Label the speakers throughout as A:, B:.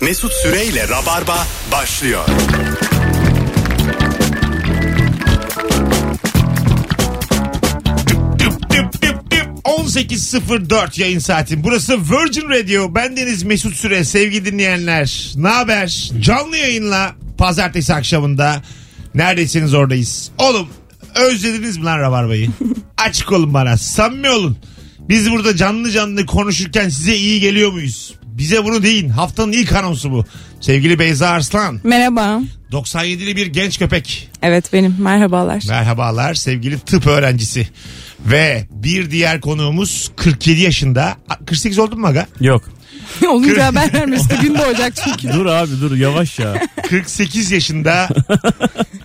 A: Mesut Süreyle Rabarba başlıyor.
B: Düp düp düp düp. 18.04 yayın saatin. Burası Virgin Radio. Bendeniz Mesut Süre. Sevgili dinleyenler. Ne haber? Canlı yayınla pazartesi akşamında neredesiniz oradayız. Oğlum özlediniz mi lan Rabarba'yı? Açık olun bana. Samimi olun. Biz burada canlı canlı konuşurken size iyi geliyor muyuz? Bize bunu deyin. Haftanın ilk anonsu bu. Sevgili Beyza Arslan.
C: Merhaba.
B: 97'li bir genç köpek.
C: Evet benim. Merhabalar.
B: Merhabalar sevgili tıp öğrencisi. Ve bir diğer konuğumuz 47 yaşında. A- 48 oldun mu aga?
D: Yok.
C: Olunca haber vermesi gün doğacak çünkü.
D: Dur abi dur yavaş ya.
B: 48 yaşında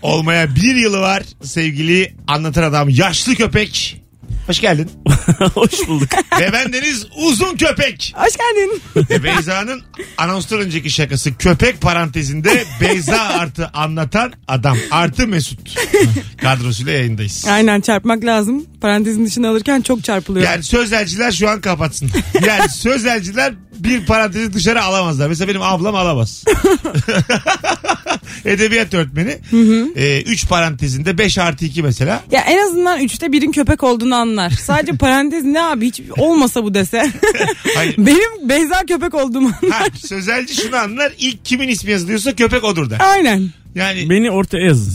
B: olmaya bir yılı var sevgili anlatan adam yaşlı köpek. Hoş geldin.
D: Hoş bulduk.
B: Ve bendeniz uzun köpek.
C: Hoş geldin.
B: Ve Beyza'nın anonstan önceki şakası köpek parantezinde Beyza artı anlatan adam artı Mesut kadrosuyla yayındayız.
C: Aynen çarpmak lazım. Parantezin dışına alırken çok çarpılıyor.
B: Yani sözelciler şu an kapatsın. Yani sözelciler bir parantezi dışarı alamazlar. Mesela benim ablam alamaz. Edebiyat öğretmeni. 3 parantezinde 5 artı 2 mesela.
C: Ya en azından üçte birin köpek olduğunu anlar. Sadece parantez ne abi hiç olmasa bu dese.
B: Hayır.
C: Benim Beyza köpek olduğumu anlar.
B: Ha, sözelci şunu anlar. İlk kimin ismi yazılıyorsa köpek odur der.
C: Aynen.
B: Yani
D: Beni ortaya yazın.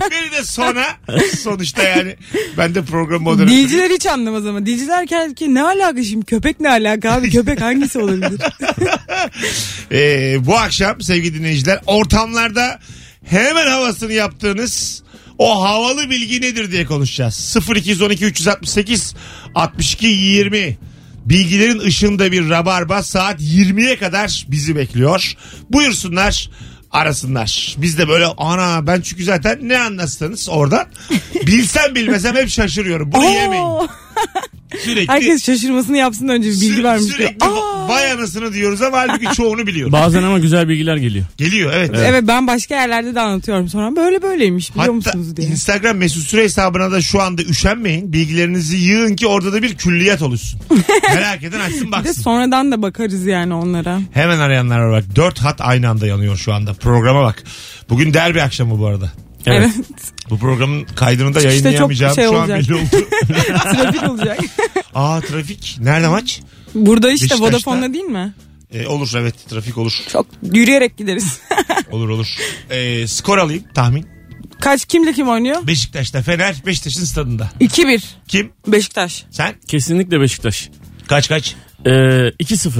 B: beni de sona sonuçta yani. Ben de program moderatörü.
C: Dilciler hiç anlamaz ama. Dilciler ki ne alaka şimdi köpek ne alaka abi köpek hangisi olabilir?
B: Ee, bu akşam sevgili dinleyiciler ortamlarda hemen havasını yaptığınız o havalı bilgi nedir diye konuşacağız. 0212 368 62 20 Bilgilerin ışığında bir rabarba saat 20'ye kadar bizi bekliyor. Buyursunlar arasınlar. Biz de böyle ana ben çünkü zaten ne anlatsanız oradan bilsem bilmesem hep şaşırıyorum. Bunu yemeyin.
C: Oo.
B: Sürekli,
C: Herkes şaşırmasını yapsın da önce bir bilgi
B: sü-
C: vermiş. diyor.
B: sürekli
C: Aa.
B: vay anasını diyoruz ama halbuki çoğunu biliyoruz.
D: Bazen ama güzel bilgiler geliyor.
B: Geliyor evet.
C: Evet ben başka yerlerde de anlatıyorum sonra böyle böyleymiş biliyor
B: Hatta
C: musunuz diye.
B: Instagram mesut süre hesabına da şu anda üşenmeyin. Bilgilerinizi yığın ki orada da bir külliyat oluşsun. Merak eden açsın
C: Bir de
B: baksın.
C: sonradan da bakarız yani onlara.
B: Hemen arayanlar var bak. Dört hat aynı anda yanıyor şu anda. Programa bak. Bugün derbi akşamı bu arada.
D: Evet.
C: Evet.
B: Bu programın kaydını da
C: Çıkışta
B: yayınlayamayacağım
C: çok şey
B: şu an
C: olacak.
B: belli oldu.
C: Trafik olacak.
B: Aa trafik. Nerede maç?
C: Burada işte
B: Beşiktaş'ta.
C: Vodafone'da değil mi?
B: Ee, olur evet trafik olur.
C: Çok yürüyerek gideriz.
B: Olur olur. Ee, skor alayım tahmin.
C: Kaç kimle kim oynuyor?
B: Beşiktaş'ta Fener Beşiktaş'ın stadında.
C: 2-1
B: Kim?
C: Beşiktaş.
B: Sen?
D: Kesinlikle Beşiktaş.
B: Kaç kaç?
D: Ee, 2-0.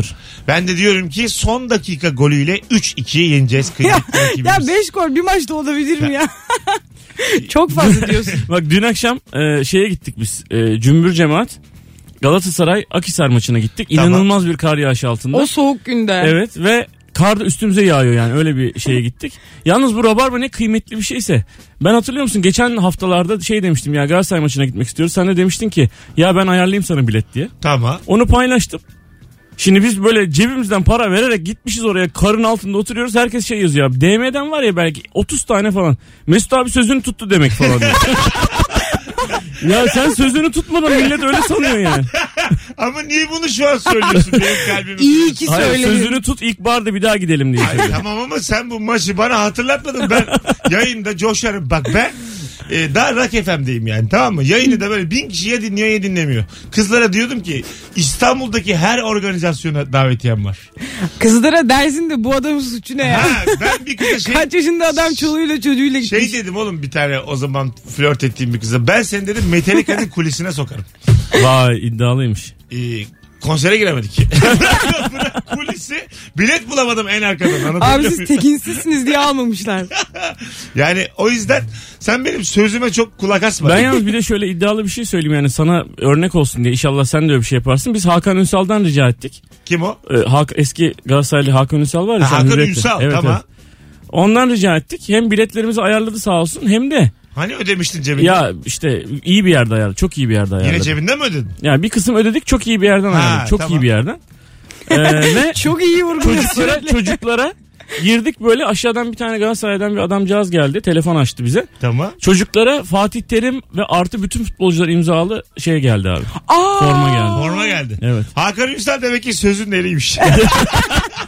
B: Ben de diyorum ki son dakika golüyle 3-2'ye yeneceğiz
C: Ya,
B: kıymetli
C: ya
B: rakibimiz.
C: 5 gol bir maçta olabilir mi ya? Çok fazla diyorsun.
D: Bak dün akşam e, şeye gittik biz. E, Cümbür Cemaat. Galatasaray Akisar maçına gittik.
B: Tamam.
D: İnanılmaz bir kar yağışı altında.
C: O soğuk günde.
D: Evet ve kar da üstümüze yağıyor yani öyle bir şeye gittik. Yalnız bu rabarba ne kıymetli bir şeyse. Ben hatırlıyor musun geçen haftalarda şey demiştim ya Galatasaray maçına gitmek istiyoruz. Sen de demiştin ki ya ben ayarlayayım sana bilet diye.
B: Tamam.
D: Onu paylaştım. Şimdi biz böyle cebimizden para vererek gitmişiz oraya karın altında oturuyoruz. Herkes şey yazıyor abi. DM'den var ya belki 30 tane falan. Mesut abi sözünü tuttu demek falan diyor. ya sen sözünü tutmadan millet öyle sanıyor yani.
B: Ama niye bunu şu an söylüyorsun benim kalbimi?
C: İyi ki
D: Hayır,
C: söyledin.
D: sözünü tut ilk barda bir daha gidelim diye.
B: Ay, tamam ama sen bu maçı bana hatırlatmadın. Ben yayında coşarım. Bak ben e, daha Rock FM'deyim yani tamam mı? Yayını da böyle bin kişiye dinliyor ya dinlemiyor. Kızlara diyordum ki İstanbul'daki her organizasyona davetiyem var.
C: Kızlara dersin de bu adamın suçu ne ya?
B: Ha, ben bir kıza şey,
C: Kaç yaşında adam çoluğuyla çocuğuyla gitmiş.
B: şey dedim oğlum bir tane o zaman flört ettiğim bir kıza. Ben seni dedim Metallica'nın kulisine sokarım.
D: Vay iddialıymış.
B: e, konsere giremedik. Bırak kulisi bilet bulamadım en arkadan.
C: Abi
B: Anlatabiliyor
C: siz
B: muyum?
C: tekinsizsiniz diye almamışlar.
B: Yani o yüzden sen benim sözüme çok kulak asma.
D: Ben yalnız bir de şöyle iddialı bir şey söyleyeyim yani sana örnek olsun diye inşallah sen de öyle bir şey yaparsın. Biz Hakan Ünsal'dan rica ettik.
B: Kim o?
D: Ee, Hak, eski Galatasaraylı Hakan Ünsal var ya.
B: Ha,
D: sen
B: Hakan
D: hürriyetle.
B: Ünsal
D: Evet,
B: tamam.
D: evet. Ondan rica ettik. Hem biletlerimizi ayarladı sağ olsun hem de
B: Hani ödemiştin cebinden?
D: ya işte iyi bir yerde ayarladı. Çok iyi bir yerde
B: Yine
D: ayarladı.
B: cebinden mi ödedin?
D: Yani bir kısım ödedik çok iyi bir yerden
B: Ha,
D: ayarladık. Çok
B: tamam.
D: iyi bir yerden. Ee, ve
C: Çok iyi vurguluyor
D: çocuklara, çocuklara Girdik böyle aşağıdan bir tane Galatasaray'dan bir adamcağız geldi. Telefon açtı bize.
B: Tamam.
D: Çocuklara Fatih Terim ve artı bütün futbolcular imzalı şey geldi abi.
C: Aa,
D: Forma geldi.
B: Forma geldi.
D: Evet.
B: Hakan Ünsal demek ki sözün nereymiş.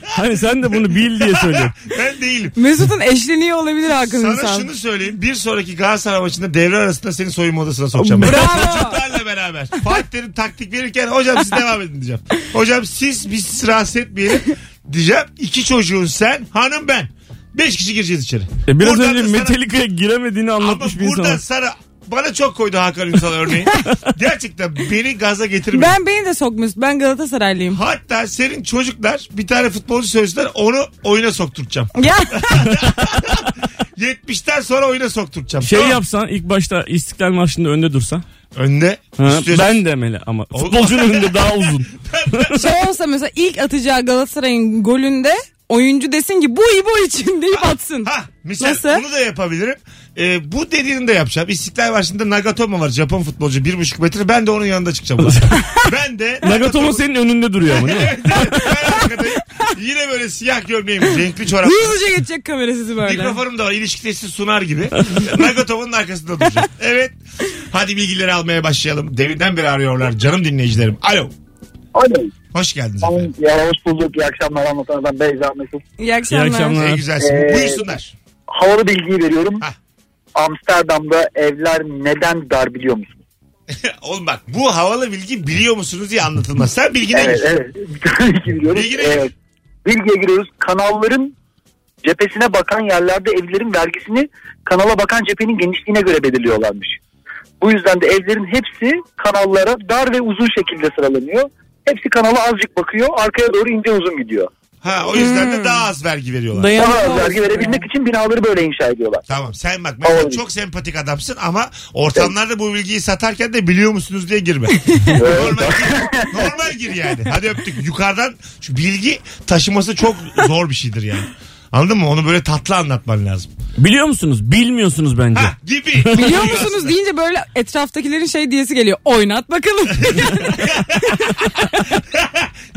D: Hani sen de bunu bil diye söylüyorum.
B: ben değilim.
C: Mesut'un eşleniği olabilir Hakan
B: Sana
C: Ünsal.
B: şunu söyleyeyim. Bir sonraki Galatasaray maçında devre arasında seni soyunma odasına sokacağım. ben.
C: Bravo.
B: Çocuklarla beraber. Fatih Terim taktik verirken hocam siz devam edin diyeceğim. Hocam siz biz sizi rahatsız etmeyelim diyeceğim. İki çocuğun sen, hanım ben. Beş kişi gireceğiz içeri.
D: E biraz
B: Buradan da
D: önce
B: sana-
D: Metallica'ya giremediğini
B: Ama
D: anlatmış bir insan.
B: buradan sana bana çok koydu Hakan Ünsal örneği. Gerçekten beni gaza getirmedi.
C: Ben beni de sokmuş. Ben Galatasaraylıyım.
B: Hatta senin çocuklar bir tane futbolcu sözler onu oyuna sokturtacağım.
C: Ya
B: 70'ten sonra oyuna sokturtacağım.
D: Şey
B: Tamam.
D: yapsan ilk başta İstiklal Marşı'nda önde dursan.
B: Önde.
D: Ha,
B: istiyorsun.
D: ben demeli ama. Futbolcunun önünde daha uzun.
C: şey olsa mesela ilk atacağı Galatasaray'ın golünde oyuncu desin ki bu iyi bu için deyip atsın.
B: Ha misal
C: Nasıl?
B: bunu da yapabilirim. Ee, bu dediğini de yapacağım. İstiklal Marşı'nda Nagatomo var Japon futbolcu 1,5 metre. Ben de onun yanında çıkacağım. ulan. ben de
D: Nagatomo senin önünde duruyor ama değil mi?
B: Evet, evet, ben arkadayım. Yine böyle siyah gömleğim, renkli çorap.
C: Hızlıca geçecek kamera sizi böyle.
B: Mikrofonum da var ilişki testi sunar gibi. Nagatomo'nun arkasında duracağım. Evet. Hadi bilgileri almaya başlayalım. Deminden beri arıyorlar canım dinleyicilerim. Alo.
E: Alo.
B: Hoş geldiniz
E: Tamam,
B: efendim.
E: ya hoş bulduk. İyi akşamlar anlatan adam Beyza Mesut.
C: İyi akşamlar.
D: İyi akşamlar.
B: Ne güzelsin.
E: Ee,
B: Buyursunlar.
E: Havalı bilgiyi veriyorum.
B: Hah.
E: Amsterdam'da evler neden dar biliyor musun?
B: Oğlum bak bu havalı bilgi biliyor musunuz diye anlatılmaz. Sen bilgine
E: Evet
B: gir.
E: evet. Tabii ki biliyoruz.
B: Bilgine
E: Evet.
B: gir.
E: Bilgiye giriyoruz. Kanalların cephesine bakan yerlerde evlerin vergisini kanala bakan cephenin genişliğine göre belirliyorlarmış. Bu yüzden de evlerin hepsi kanallara dar ve uzun şekilde sıralanıyor. Hepsi kanala azıcık bakıyor. Arkaya doğru ince uzun gidiyor.
B: Ha o yüzden
E: Hmm.
B: de daha az vergi veriyorlar.
E: Daha
C: Dayanıklı
E: az vergi
C: olsun
E: verebilmek için binaları böyle inşa ediyorlar.
B: Tamam sen bak mesela
E: Tamam.
B: çok sempatik adamsın ama ortamlarda bu bilgiyi satarken de biliyor musunuz diye girme. normal, gir, normal gir yani. Hadi öptük. Yukarıdan şu bilgi taşıması çok zor bir şeydir yani. Anladın mı? Onu böyle tatlı anlatman lazım.
D: Biliyor musunuz? Bilmiyorsunuz bence.
B: Ha gibi.
C: ya. Biliyor musunuz deyince böyle etraftakilerin şey diyesi geliyor. Oynat bakalım.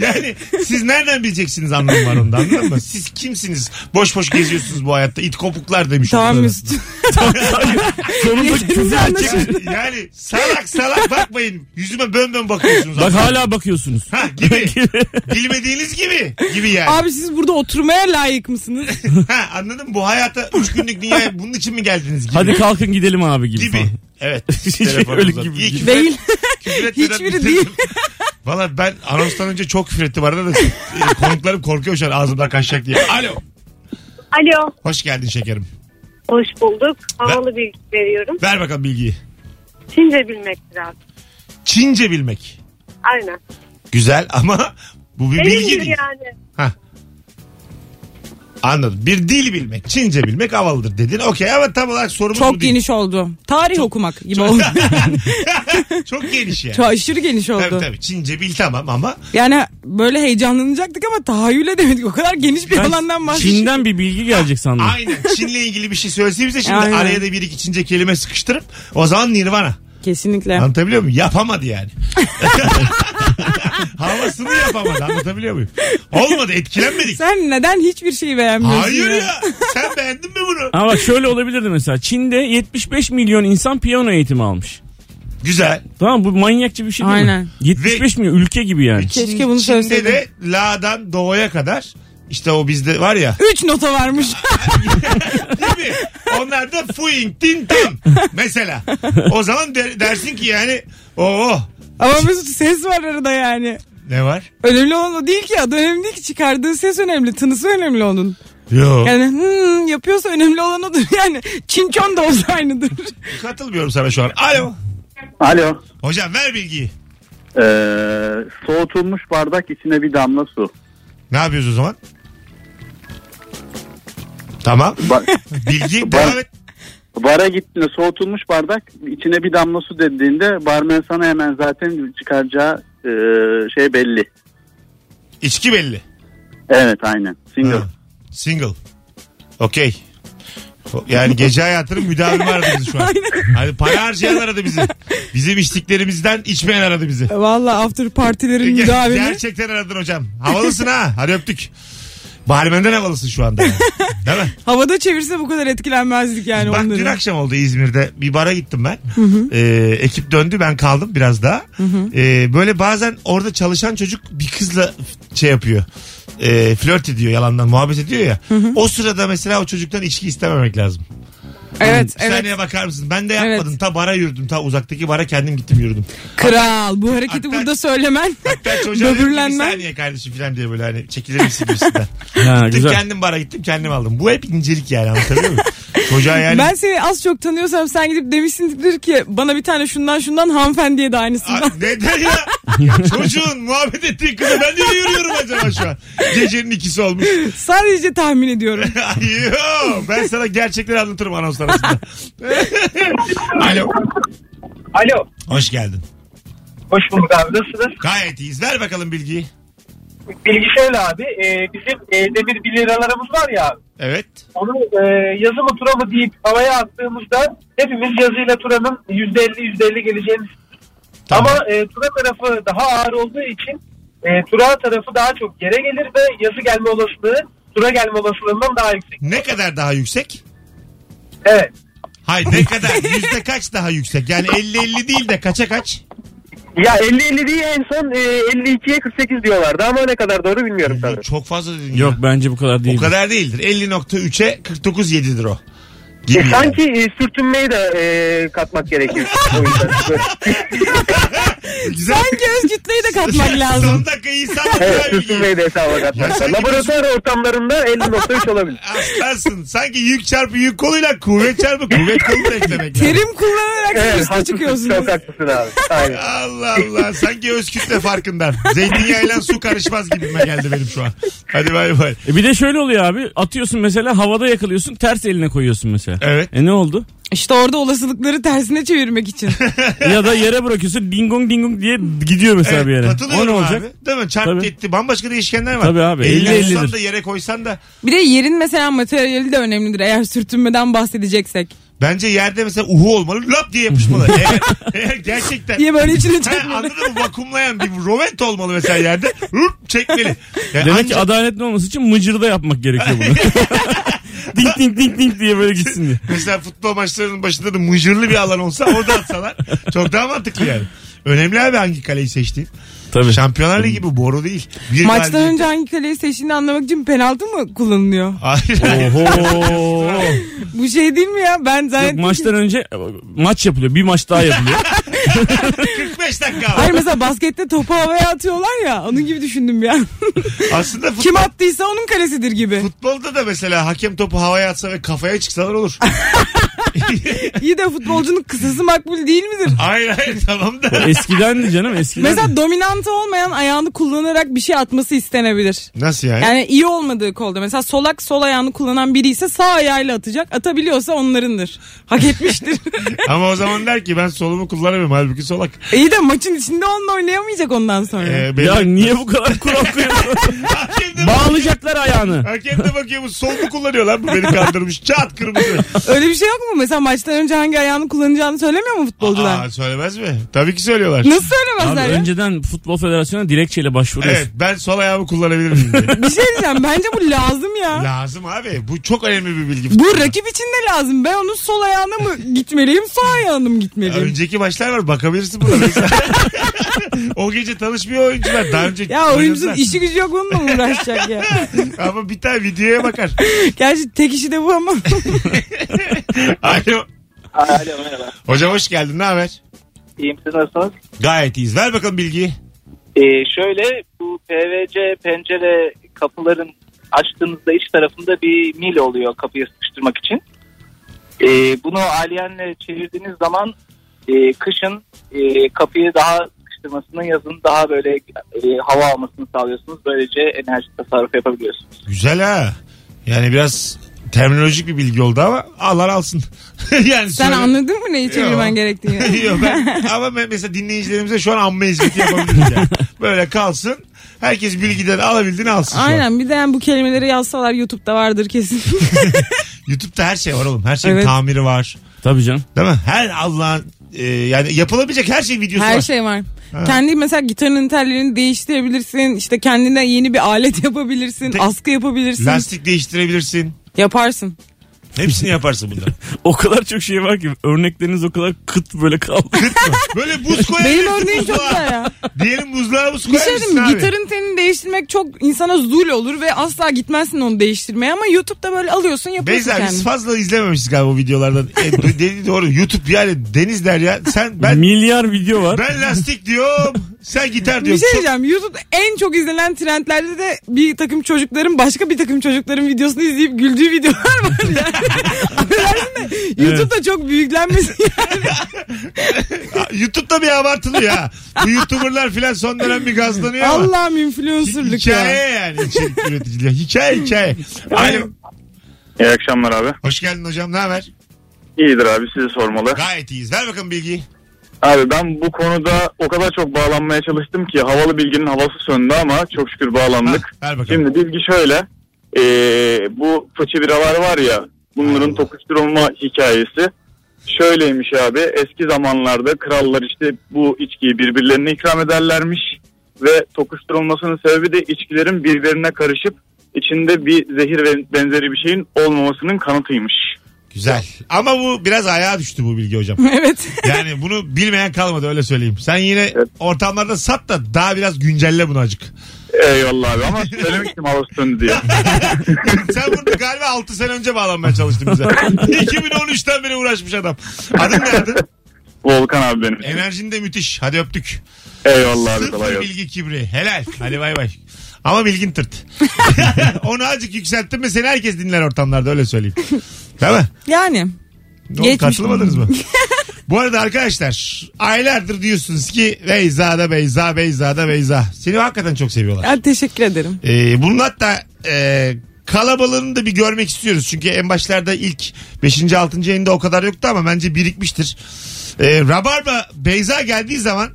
B: Yani siz nereden bileceksiniz anlamı var onda anladın mı? Siz kimsiniz? Boş boş geziyorsunuz bu hayatta. İt kopuklar demiş.
C: tamam
B: onlar.
C: Mesut.
D: Sonunda
C: Geçtiğimiz
D: güzel
C: anlaşıldı.
D: çıktı.
B: Yani salak salak bakmayın. Yüzüme bön bön bakıyorsunuz.
D: Bak hala bakıyorsunuz.
B: Ha gibi. Bilmediğiniz gibi. Gibi yani.
C: Abi siz burada oturmaya layık mısınız?
B: ha, anladın mı? Bu hayata üç günlük dünyaya bunun için mi geldiniz gibi.
D: Hadi kalkın gidelim abi gibi.
B: gibi.
D: falan.
B: Evet.
D: Hiç
B: Telefonu
D: öyle
B: uzat.
D: gibi
B: İyi
D: değil.
B: küfür-
C: Değil.
B: küfür etmeden
C: Hiçbiri
B: bitirdim.
C: değil.
B: Valla ben anonstan önce çok küfür ettim arada da e, konuklarım korkuyor şu an ağzımdan kaçacak diye. Alo.
F: Alo,
B: Hoş geldin şekerim.
F: hoş bulduk. Havalı bilgi veriyorum.
B: Ver bakalım bilgiyi.
F: Çince bilmek biraz.
B: Çince bilmek.
F: Aynen.
B: Güzel ama bu bir
F: Benim
B: bilgi
F: gibi
B: değil.
F: yani.
B: Anladım. Bir dil bilmek, Çince bilmek havalıdır dedin. Okey ama tam olarak sorumuz bu
C: Çok
B: değil.
C: geniş oldu. Tarih okumak gibi oldu.
B: çok geniş yani.
C: Çok aşırı geniş oldu.
B: Tabii tabii. Çince bil tamam ama
C: Yani böyle heyecanlanacaktık ama tahayyül edemedik. O kadar geniş bir
D: Ben
C: alandan bahsediyoruz.
D: Çin'den bir bilgi gelecek sandım.
B: Aynen. Çin'le ilgili bir şey söylese bize şimdi
C: Aynen.
B: araya da bir iki Çince kelime sıkıştırıp o zaman Nirvana.
C: Kesinlikle.
B: Anlatabiliyor muyum? Yapamadı yani. Havasını yapamadı. Anlatabiliyor muyum? Olmadı. Etkilenmedik.
C: Sen neden hiçbir şeyi beğenmiyorsun?
B: Hayır ya. Sen beğendin mi bunu?
D: Ama bak şöyle olabilirdi mesela. Çin'de 75 milyon insan piyano eğitimi almış.
B: Güzel.
D: Tamam mı? bu manyakça bir şey değil
C: Aynen.
D: mi? 75 milyon ülke gibi yani.
C: Keşke bunu
B: Çin'de
C: söyleseydin.
B: de La'dan Doğu'ya kadar işte o bizde var ya.
C: Üç nota varmış.
B: Değil mi? Onlar da fuing din tam. Mesela. O zaman de- dersin ki yani oo
C: Ama Mesut ses var arada yani.
B: ne var?
C: Önemli olan o değil ki adı önemli değil ki çıkardığı ses önemli. Tınısı önemli onun.
B: Yok.
C: Yani hmm, yapıyorsa önemli olan odur. Yani çinkon da olsa aynıdır.
B: Katılmıyorum sana şu an. Alo.
G: Alo.
B: Hocam ver bilgiyi.
G: Ee, soğutulmuş bardak içine bir damla su.
B: Ne yapıyoruz o zaman? Tamam.
G: Ba-
B: Bilgi devam et.
G: bara gittiğinde soğutulmuş bardak içine bir damla su dediğinde barmen sana hemen zaten çıkaracağı e, şey belli.
B: İçki belli.
G: Evet aynen. Single.
B: Ha. Single. Okey. Yani gece hayatının müdavimi aradı bizi şu an. Hani para harcayan aradı bizi. Bizim içtiklerimizden içmeyen aradı bizi.
C: Valla after partilerin
B: Ger-
C: müdavimi.
B: Gerçekten aradın hocam. Havalısın ha. Hadi öptük. Barmenden havalısın şu anda. yani. Değil mi?
C: Havada çevirse bu kadar etkilenmezdik yani
B: Bak
C: Hani onları.
B: dün akşam oldu İzmir'de bir bara gittim ben. Ee, ekip döndü ben kaldım biraz daha. Ee, böyle bazen orada çalışan çocuk bir kızla şey yapıyor. Ee, flört ediyor yalandan muhabbet ediyor ya. O sırada mesela o çocuktan içki istememek lazım.
C: Evet
B: Bir
C: evet.
B: saniye bakar mısın? Ben de yapmadım. Ta bara yürüdüm. Ta uzaktaki bara kendim gittim yürüdüm.
C: Kral bu hareketi
B: Hatta-
C: burada söylemen.
B: Ben çocuğa dedim ki,
C: Böbürlenme.
B: bir saniye kardeşim falan diye böyle hani çekilir misin gibisinden.
D: Ha,
B: Gittim
D: güzel.
B: kendim bara gittim kendim aldım. Bu hep incelik yani anlatabiliyor muyum? Çocuğa yani
C: Ben seni az çok tanıyorsam sen gidip demişsindir ki bana bir tane şundan şundan hanımefendiye de
B: Aa,
C: aynısından.
B: neden ya? Çocuğun muhabbet ettiği kızı ben niye yürüyorum acaba şu an? Gecenin ikisi olmuş.
C: Sadece tahmin ediyorum.
B: Ayyoo, ben sana gerçekleri anlatırım anons arasında. Alo.
E: Alo.
B: Hoş geldin.
E: Hoş bulduk abi. Nasılsınız?
B: Gayet iyiyiz. Ver bakalım bilgiyi.
E: Bilgi şöyle abi. e, bizim evde bir 1 liralarımız var ya.
B: Evet.
E: Onu e, yazı mı tura mı deyip havaya attığımızda hepimiz yazıyla turanın %50 %50 geleceğini
B: Tamam.
E: Ama e, tura tarafı daha ağır olduğu için e, tura tarafı daha çok yere gelir ve yazı gelme olasılığı tura gelme olasılığından daha yüksek.
B: Ne kadar daha yüksek?
E: Evet.
B: Hayır ne kadar? Yüzde kaç daha yüksek? Yani 50-50 değil de kaça kaç?
E: Ya 50-50 değil en son e, 52'ye 48 diyorlardı ama ne kadar doğru bilmiyorum tabii.
B: Çok fazla dedin
D: Yok
B: ya.
D: bence bu kadar değil.
B: O kadar değildir. 50.3'e 49.7'dir o. Gibi
E: E,
B: yani.
E: sanki e, sürtünmeyi de e, katmak gerekir. O yüzden.
B: Güzel.
C: Sanki öz kitleyi de katmak lazım.
B: Son dakika iyi sandım.
E: evet sürtünmeyi de hesaba
B: Ya
E: katmak.
B: sanki-
E: Laboratuvar ortamlarında 50.3 olabilir.
B: Aslansın. Sanki yük çarpı yük koluyla kuvvet çarpı kuvvet kolunu da eklemek lazım.
C: Terim kullanarak
E: Evet,
C: üste
E: haklısın,
C: çıkıyorsunuz.
E: çok haklısın abi. Aynen.
B: Allah Allah. Sanki öz kütle farkından. Zeytinyağıyla su karışmaz gibime geldi benim şu an. Hadi bay bay.
D: E bir de şöyle oluyor abi. Atıyorsun mesela havada yakalıyorsun ters eline koyuyorsun mesela.
B: Evet.
D: E ne oldu?
C: İşte orada olasılıkları tersine çevirmek için.
D: ya da yere bırakıyorsun dingong dingong diye gidiyor mesela
B: Evet,
D: bir yere. O
B: katılıyorum
D: ne olacak?
B: abi. Değil mi? Çarpı
D: Tabii.
B: etti. Bambaşka değişkenler var.
D: Tabii abi,
B: Elini
D: 50-50'dir.
B: tutsan da yere koysan da.
C: Bir de yerin mesela materyali de önemlidir eğer sürtünmeden bahsedeceksek.
B: Bence yerde mesela uhu olmalı. Lap diye yapışmalı. eğer, eğer gerçekten.
C: Diye böyle içine
B: Ha,
C: çekmeli.
B: anladın mı? Vakumlayan bir rovet olmalı mesela yerde. Hırp çekmeli. Yani
D: Demek ki
B: ancak-
D: adaletli olması için mıcırda yapmak gerekiyor bunu. ding ding ding ding diye böyle gitsin diye.
B: Mesela futbol maçlarının başında da mıcırlı bir alan olsa orada atsalar çok daha mantıklı yani. Önemli abi hangi kaleyi seçtiğin.
D: Tabii.
B: Şampiyonlar Ligi bu boru değil. Bir
C: Maçtan
B: galibiyet-
C: önce hangi kaleyi seçtiğini anlamak için penaltı mı kullanılıyor?
B: Hayır.
D: Oho.
C: Bu şey değil mi ya? Ben
D: Yok,
C: zannettim ki-
D: maçtan önce e, maç yapılıyor. Bir maç daha yapılıyor.
B: 45 dakika var.
C: Hayır mesela baskette topu havaya atıyorlar ya. Onun gibi düşündüm bir an.
B: Aslında fut-
C: Kim attıysa onun kalesidir gibi.
B: futbolda da mesela hakem topu havaya atsa ve kafaya çıksalar olur.
C: İyi de futbolcunun kısası makbul değil midir?
B: hayır hayır tamam da.
D: Eskiden de canım eskiden.
C: Mesela dominantı olmayan ayağını kullanarak bir şey atması istenebilir.
B: Nasıl yani?
C: Yani iyi olmadığı kolda. Mesela solak sol ayağını kullanan biri ise sağ ayağıyla atacak. Atabiliyorsa onlarındır. Hak etmiştir.
B: Ama o zaman der ki ben solumu kullanamıyorum halbuki solak.
C: iyi de maçın içinde onunla oynayamayacak ondan sonra.
B: Ee, benim-
D: Ya niye bu kadar kural koyuyorsun?
B: Hakem de-
D: Bağlayacaklar ayağını.
B: Hakem de bakıyor bu sol mu kullanıyor lan bu beni kandırmış. Çat kırmızı.
C: Öyle bir şey yok mu? Mesela maçtan önce hangi ayağını kullanacağını söylemiyor mu futbolcular?
B: Aa, söylemez mi? Tabii ki söylüyorlar.
C: Nasıl
D: Abi
C: söylemezler ya?
D: önceden futbol federasyonuna dilekçeyle başvuruyorsun.
B: Evet ben sol ayağımı kullanabilir miyim diye.
C: Bir şey diyeceğim. Bence bu lazım ya.
B: Lazım abi. Bu çok önemli bir bilgi.
C: Bu rakip için de lazım. Ben onun sol ayağına mı gitmeliyim, sağ ayağına mı gitmeliyim?
B: Önceki maçlar var bakabilirsin buna. o gece tanışmıyor oyuncular. Daha önce
C: Ya oyuncunun
B: oynadılar.
C: işi gücü yok onunla mı uğraşacak ya?
B: Ama bir tane videoya bakar.
C: Gerçi tek işi de bu ama.
B: Alo.
E: Alo merhaba.
B: Hocam hoş geldin. Ne haber?
E: İyiyim siz nasılsınız?
B: Gayet iyiyiz. Ver bakalım bilgiyi.
E: Ee, şöyle bu PVC pencere kapıların açtığınızda iç tarafında bir mil oluyor kapıya sıkıştırmak için. Ee, bunu alyenle çevirdiğiniz zaman e, kışın e, kapıyı daha sıkıştırmasını yazın daha böyle e, hava almasını sağlıyorsunuz. Böylece enerji tasarrufu yapabiliyorsunuz.
B: Güzel ha. Yani biraz terminolojik bir bilgi oldu ama Allah alsın. yani
C: Sen
B: söyle-
C: anladın mı neyi çevirmen
B: Yo.
C: gerektiğini?
B: Yok ben, ama ben mesela dinleyicilerimize şu an amme hizmeti yapabiliriz yani. Böyle kalsın. Herkes bilgiden alabildiğini alsın. şu an.
C: Aynen bir de yani bu kelimeleri yazsalar YouTube'da vardır kesin.
B: YouTube'da her şey var oğlum. Her şeyin
C: Evet.
B: tamiri var.
D: Tabii canım.
B: Değil mi? Her Allah'ın e, yani yapılabilecek her şey videosu
C: Her
B: var.
C: şey var.
B: Ha.
C: Kendi mesela gitarının tellerini değiştirebilirsin. İşte kendine yeni bir alet yapabilirsin.
B: Te-
C: askı yapabilirsin.
B: Lastik değiştirebilirsin.
C: Yaparsın.
B: Hepsini yaparsın bunda.
D: O kadar çok şey var ki örnekleriniz o kadar kıt böyle kaldı.
B: Böyle buz koyabilirsin
C: Benim örneğim çok
B: buzluğa.
C: güzel ya.
B: Diyelim buzluğa buz
C: Bir şey
B: koyabilirsin
C: diyeyim mi?
B: abi.
C: Gitarın tenini değiştirmek çok insana zul olur ve asla gitmezsin onu değiştirmeye ama YouTube'da böyle alıyorsun yapıyorsun
B: Beyza biz
C: kendin.
B: fazla izlememişiz galiba bu videolardan. E, bu dediği doğru. YouTube yani Deniz der ya. Sen ben
D: Milyar video var.
B: ben lastik diyorum. Sen gitar
C: Bir
B: diyorsun.
C: şey diyeceğim. YouTube en çok izlenen trendlerde de bir takım çocukların başka bir takım çocukların videosunu izleyip güldüğü videolar var yani. Affedersin de YouTube'da çok büyüklenmesin.
B: Çok- YouTube'da bir abartılıyor ha. Bu YouTuber'lar filan son dönem bir gazlanıyor ama.
C: Allah'ım
B: Hi-
C: influencerlık ya.
B: Hikaye yani içerik üreticiliği. Hikaye hikaye. Alo.
G: İyi akşamlar abi.
B: Hoş geldin hocam ne haber?
G: İyidir abi sizi sormalı.
B: Gayet iyiyiz. Ver bakalım bilgiyi.
G: Abi ben bu konuda o kadar çok bağlanmaya çalıştım ki havalı bilginin havası söndü ama çok şükür bağlandık.
B: Ha, ver bakalım.
G: Şimdi bilgi şöyle. Ee, bu fıçı biralar var ya bunların tokuşturulma hikayesi. Şöyleymiş abi eski zamanlarda krallar işte bu içkiyi birbirlerine ikram ederlermiş. Ve tokuşturulmasının sebebi de içkilerin birbirine karışıp içinde bir zehir ve benzeri bir şeyin olmamasının kanıtıymış.
B: Güzel. Ama bu biraz ayağa düştü bu bilgi hocam.
C: Evet.
B: Yani bunu bilmeyen kalmadı öyle söyleyeyim. Sen yine ortamlarda sat da daha biraz güncelle bunu acık.
G: Eyvallah abi ama söylemiştim havası söndü diye.
B: Sen burada galiba 6 sene önce bağlanmaya çalıştın bize. 2013'ten beri uğraşmış adam. Adın ne adın?
G: Volkan abi benim.
B: Enerjin de müthiş. Hadi öptük.
G: Eyvallah abi kolay gelsin.
B: Sıfır bilgi kibri. Helal. Hadi bay bay. Ama bilgin tırt. Onu azıcık yükselttin mi seni herkes dinler ortamlarda öyle söyleyeyim. Değil mi?
C: Yani.
B: Ne oldu,
C: Geçmiş.
B: katılmadınız mı? Bu arada arkadaşlar aylardır diyorsunuz ki Beyza da Beyza, Beyza da Beyza. Seni hakikaten çok seviyorlar.
C: Ya teşekkür ederim.
B: Ee, bunun hatta e, kalabalığını da bir görmek istiyoruz. Çünkü en başlarda ilk 5. 6. yayında o kadar yoktu ama bence birikmiştir. Ee, Rabarba Beyza geldiği zaman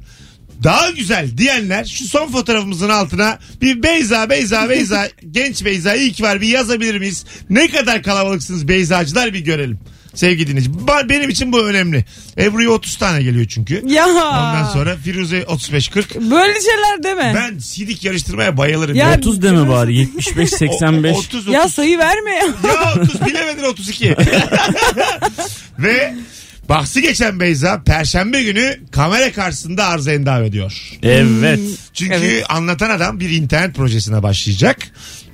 B: daha güzel diyenler şu son fotoğrafımızın altına bir Beyza Beyza Beyza genç Beyza iyi ki var bir yazabilir miyiz? Ne kadar kalabalıksınız Beyzacılar bir görelim. Sevgili dinleyici. Ba- Benim için bu önemli. Ebru'ya 30 tane geliyor çünkü.
C: Ya.
B: Ondan sonra Firuze 35-40.
C: Böyle şeyler deme.
B: Ben sidik yarıştırmaya bayılırım.
C: Ya
D: 30 deme bari 75 85.
B: O- 30, 30.
C: Ya sayı verme ya.
B: Ya 30 bilemedin 32. Ve bahsi geçen Beyza perşembe günü kamera karşısında arıza endav ediyor.
D: evet.
B: Çünkü
C: Evet.
B: anlatan adam bir internet projesine başlayacak.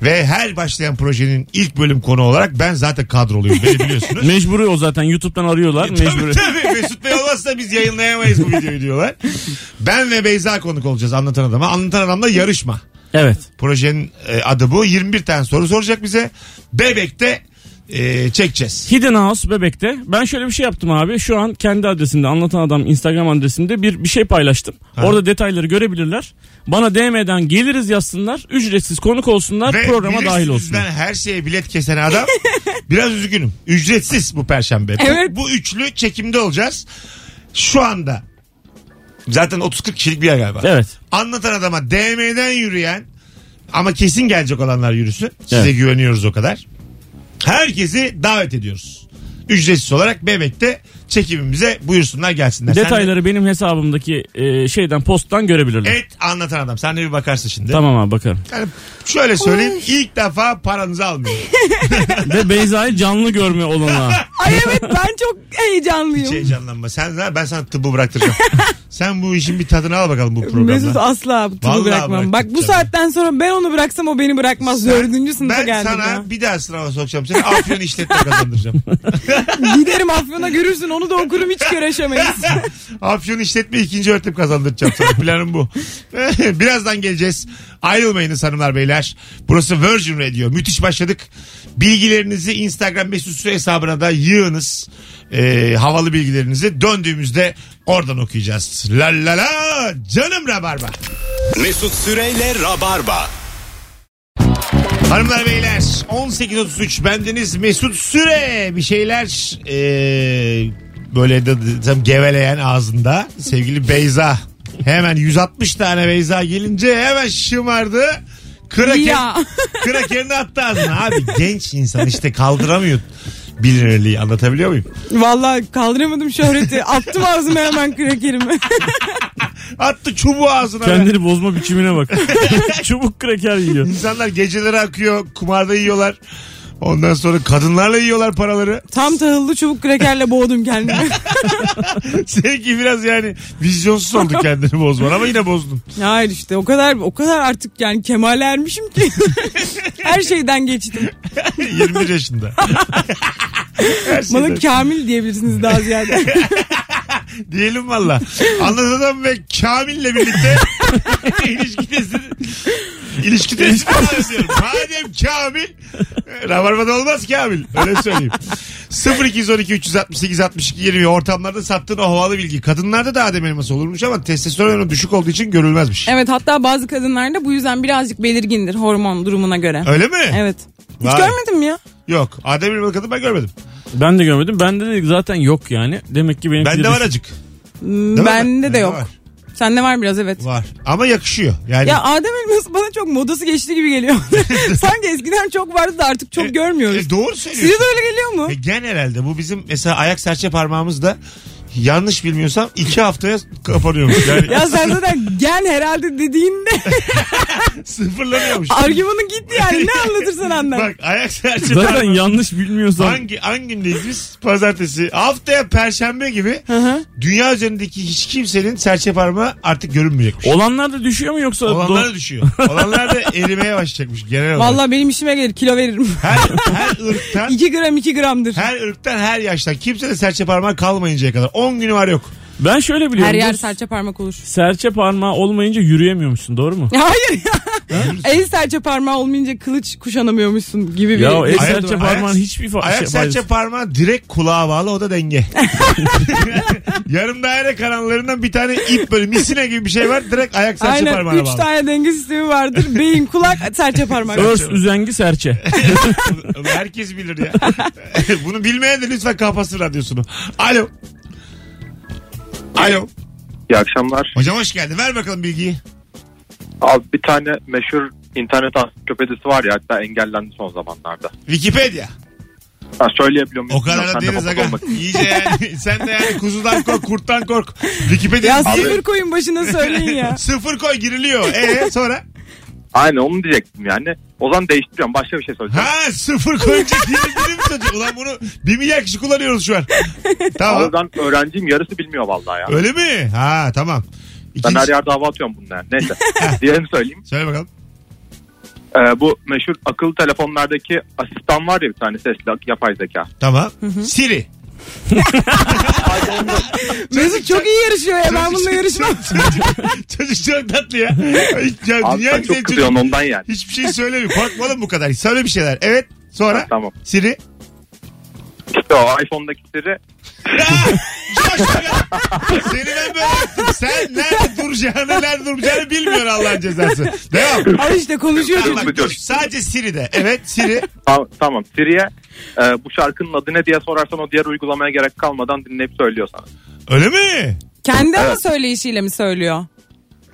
B: Ve her başlayan projenin ilk bölüm konu olarak ben zaten kadroluyum. Beni biliyorsunuz.
D: Mecburi o zaten YouTube'dan arıyorlar.
B: E, Tabii
D: Mecburi.
B: tabii Mesut Bey olmazsa biz yayınlayamayız bu videoyu diyorlar. Ben ve Beyza konuk olacağız anlatan adama. Anlatan adamla yarışma.
D: Evet.
B: Projenin e, adı bu. 21 tane soru soracak bize. Bebek'te e, çekeceğiz.
D: Hidden House bebekte. Ben şöyle bir şey yaptım abi. Şu an kendi adresimde anlatan adam Instagram adresinde bir bir şey paylaştım. Orada detayları görebilirler. Bana DM'den geliriz yazsınlar. Ücretsiz konuk olsunlar.
B: Ve
D: programa dahil
B: bilirsinizden
D: olsunlar.
B: her şeye bilet kesen adam biraz üzgünüm. Ücretsiz bu perşembe. Bu-
C: Evet.
B: Bu, üçlü çekimde olacağız. Şu anda zaten 30-40 kişilik bir yer galiba.
D: Evet.
B: Anlatan adama DM'den yürüyen ama kesin gelecek olanlar yürüsün. Size
D: Evet.
B: güveniyoruz o kadar. Herkesi davet ediyoruz. Ücretsiz olarak Bebek'te çekimimize buyursunlar gelsinler. Sen de-
D: Detayları benim hesabımdaki e, şeyden posttan görebilirler.
B: Evet anlatan adam. Sen de bir bakarsın şimdi.
D: Tamam abi bakarım.
B: Yani şöyle söyleyeyim. ilk defa paranızı almıyorum.
D: Ve Beyza'yı canlı görme olanağı.
C: Ay evet ben çok
B: Hiç
C: heyecanlıyım.
B: heyecanlanma. Şey, Sen ben sana tıbbı bıraktıracağım. Sen bu işin bir tadını al bakalım bu
C: Mesut
B: programda.
C: asla bu
B: Vallahi
C: turu bırakmam. Bak bu
B: bırakacağım.
C: saatten sonra ben onu bıraksam o beni bırakmaz. Dördüncü sınıfa
B: Ben
C: geldim.
B: sana
C: ya.
B: bir daha sınava sokacağım. Seni afyon işletme kazandıracağım.
C: Giderim Afyon'a görürsün onu da okurum hiç görüşemeyiz.
B: afyon işletme ikinci öğretim kazandıracağım sana. Planım bu. Birazdan geleceğiz. Ayrılmayınız hanımlar beyler. Burası Virgin Radio. Müthiş başladık. Bilgilerinizi Instagram mesut Süre hesabına da yığınız. Ee, havalı bilgilerinizi döndüğümüzde oradan okuyacağız. La la la canım rabarba.
A: Mesut Süreyle Rabarba.
B: Hanımlar beyler 18.33 bendeniz Mesut Süre bir şeyler eee, böyle de, de- tam geveleyen ağzında sevgili Beyza hemen 160 tane Beyza gelince hemen şımardı. Kraken,
C: Ya.
B: krakerini attı ağzına abi genç insan işte kaldıramıyor. bilinirliği anlatabiliyor muyum?
C: Vallahi kaldıramadım şöhreti. Attım ağzıma hemen krakerimi.
B: Attı çubuğu ağzına.
D: Kendini bozma biçimine bak. Çubuk kraker yiyor.
B: İnsanlar geceleri akıyor, kumarda yiyorlar. Ondan sonra kadınlarla yiyorlar paraları.
C: Tam tahıllı çubuk krakerle boğdum kendimi.
B: Seninki biraz yani vizyonsuz oldu kendini bozman ama yine bozdun.
C: Hayır işte o kadar o kadar artık yani kemale ermişim ki. Her şeyden geçtim.
B: 21 yaşında. Her şeyden.
C: Bana Kamil diyebilirsiniz daha ziyade.
B: Diyelim valla. Anlatan ve Kamil'le birlikte ilişki testi ilişki testi falan yapıyorum. Madem Kamil e, Rabarba'da olmaz Kamil. Öyle söyleyeyim. 0212 368 62 20 ortamlarda sattığın o havalı bilgi. Kadınlarda da adem elması olurmuş ama testosteron oranı düşük olduğu için görülmezmiş.
C: evet hatta bazı kadınlar da bu yüzden birazcık belirgindir hormon durumuna göre.
B: Öyle mi?
C: Evet. Hiç
B: Vay.
C: görmedim ya.
B: Yok. Adem elmalı kadın ben görmedim.
D: Ben de görmedim. Bende de zaten yok yani. Demek ki benimki
B: Bende
D: de
B: var acık.
C: Hmm,
B: Değil mi?
C: Bende de yok.
B: Var.
C: Sende var biraz evet.
B: Var. Ama yakışıyor. Yani
C: Ya Adem elması bana çok modası geçti gibi geliyor. Sanki eskiden çok vardı da artık çok
B: E,
C: görmüyoruz.
B: e, doğru
C: Size
B: söylüyorsun.
C: de öyle geliyor mu?
B: E, gen herhalde. Bu bizim mesela ayak serçe parmağımız da yanlış bilmiyorsam iki haftaya kapanıyormuş. Yani
C: Ya sen zaten gel herhalde dediğinde
B: sıfırlanıyormuş.
C: argümanın gitti yani ne anlatırsan anlat.
B: Bak ayak serçe
D: Zaten
B: parmağı.
D: yanlış bilmiyorsan
B: Hangi, hangi gündeyiz biz? Pazartesi. Haftaya perşembe gibi
C: hı.
B: dünya üzerindeki hiç kimsenin serçe parmağı artık görünmeyecekmiş.
D: olanlar da düşüyor mu yoksa
B: Olanlar
D: do-
B: da düşüyor. Olanlar da erimeye başlayacakmış genel olarak.
C: Valla benim işime gelir kilo veririm.
B: Her, her ırktan
C: 2 gram 2 gramdır.
B: her ırktan her yaştan kimse de serçe parmağı kalmayıncaya kadar 10 günü var yok.
D: ben şöyle biliyorum.
C: Her yer
D: Bu
C: serçe parmak olur.
D: serçe parmağı olmayınca yürüyemiyormuşsun doğru mu?
C: Hayır ya. El serçe parmağı olmayınca kılıç kuşanamıyormuşsun gibi bir şey.
D: Ya o el
C: Ay-
D: serçe parmağın hiçbir fa-
B: Ayak
D: şey-
B: serçe parmağı direkt kulağa bağlı o da denge. Yarım daire kanallarından bir tane ip böyle misine gibi bir şey var direkt ayak serçe
C: Aynen
B: parmağına
C: 3
B: bağlı.
C: tane denge sistemi vardır. Beyin, kulak, serçe parmak.
D: Örs üzengi serçe.
B: Bunu Herkes bilir ya. Bunu bilmeyen de lütfen kapatsın radyosunu. Alo. Alo.
H: İyi akşamlar.
B: Hocam hoş geldin. Ver bakalım bilgiyi.
H: Abi bir tane meşhur internet ansiklopedisi var ya hatta engellendi son zamanlarda.
B: Wikipedia.
H: Ha, söyleyebiliyor muyum?
B: O kadar da
H: Bilmiyorum, sen
B: deniz
H: de
B: aga.
H: babak olmak-
B: İyice yani. Sen de yani kuzudan kork, kurttan kork. Wikipedia.
C: Ya sıfır koyun başına söyleyin ya.
B: Sıfır koy giriliyor. E sonra?
H: Aynen onu diyecektim yani. O zaman değiştiriyorum. Başka bir şey söyleyeceğim.
B: Ha sıfır koyunca girebilir mi çocuk? Ulan bunu bir milyar kişi kullanıyoruz şu an. Tamam.
H: Abi ben öğrenciyim yarısı bilmiyor vallahi ya.
B: Öyle mi? Ha tamam.
H: Ben
B: İkinci...
H: her yerde hava atıyorum bununla. yani. Neyse. Diğerini söyleyeyim.
B: Söyle bakalım.
H: Ee, bu meşhur akıllı telefonlardaki asistan var ya bir tane sesli yapay zeka.
B: Tamam. Siri.
C: Mesut çok iyi yarışıyor ya ben bununla yarışmam.
B: Çocuk, çocuk çok tatlı ya. ya
H: Abi
B: dünya
H: sen
B: güzel
H: çok
B: çocuk.
H: kızıyorsun ondan yani.
B: Hiçbir şey söylemiyor. Korkma oğlum bu kadar. Söyle bir şeyler. Evet. Sonra
H: Tamam.
B: Siri.
H: İşte o iPhone'daki Siri
B: Ah! Coştu ya. Seni ben böyle yaptım. Sen nerede duracağını, nerede durmayacağını bilmiyor Allah'ın cezası. Devam.
C: Al işte konuşuyor
B: Allah
C: çocuk.
B: korusun. Sadece Siri'de. Evet Siri.
H: Tamam, tamam. Siri'ye e, bu şarkının adı ne diye sorarsan o diğer uygulamaya gerek kalmadan dinleyip söylüyor sana.
B: Öyle mi?
C: Kendi ama
H: Evet.
C: söyleyişiyle mi söylüyor?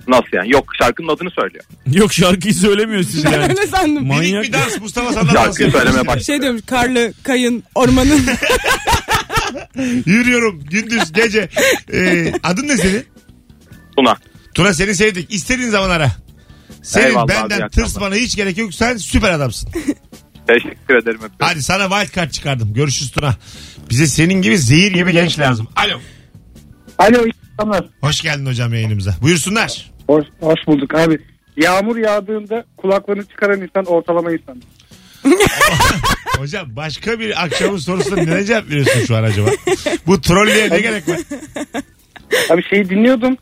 H: Nasıl yani? Yok şarkının adını söylüyor.
D: Yok şarkıyı söylemiyor siz
C: Ben
D: yani.
C: öyle sandım.
D: Ma-
B: Minik
D: Manyak
B: bir
D: ya.
B: dans Mustafa Sandal dansı
H: Şarkıyı söylemeye
B: yapıyor.
H: başlıyor.
C: Şey diyormuş karlı, kayın, ormanın.
B: Yürüyorum gündüz gece. Ee, adın ne senin?
H: Buna.
B: Tuna seni sevdik. İstediğin zaman ara. Senin
H: Eyvallah abi, iyi
B: benden
H: akşamlar.
B: tırsmana hiç gerek yok. Sen süper adamsın.
H: Teşekkür ederim. Öpüyorum.
B: Hadi sana wildcard çıkardım. Görüşürüz Tuna. Bize senin gibi zehir gibi genç lazım. Alo.
I: Alo iyi akşamlar.
B: Hoş geldin hocam yayınımıza. Buyursunlar.
I: Hoş, hoş bulduk abi. Yağmur yağdığında kulaklarını çıkaran insan ortalama insan.
B: Hocam başka bir akşamın sorusuna ne cevap veriyorsun şu an acaba? Bu trolleye ne gerek var?
I: Abi şeyi dinliyordum.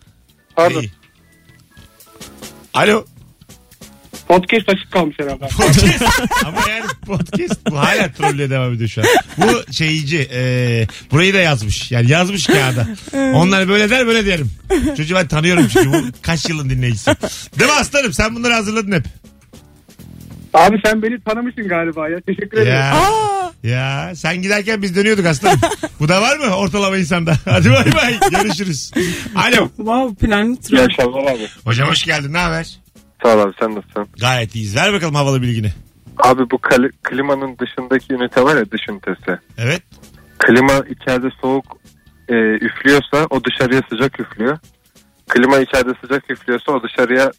I: Pardon.
B: İyi. Alo.
I: Podcast açık kalmış herhalde.
B: Podcast. Ama yani podcast bu hala trollüye devam ediyor şu an. Bu şeyci e, burayı da yazmış. Yani yazmış kağıda. Onlar böyle der böyle derim. Çocuğu ben tanıyorum çünkü bu kaç yılın dinleyicisi. Değil mi aslanım sen bunları hazırladın hep.
I: Abi sen beni tanımışsın galiba ya. Teşekkür ederim.
B: Ya,
C: Aa,
B: ya sen giderken biz dönüyorduk aslanım. Bu da var mı ortalama insanda? Hadi bay bay görüşürüz. Alo.
C: wow planet.
H: İyi akşamlar abi.
B: Hocam hoş geldin ne haber?
H: Sağ ol abi sen nasılsın?
B: Gayet iyiyiz. Ver bakalım havalı bilgini.
I: Abi bu kal- klimanın dışındaki ünite var ya dış ünitesi.
B: Evet.
I: Klima içeride soğuk e, üflüyorsa o dışarıya sıcak üflüyor. Klima içeride sıcak üflüyorsa o dışarıya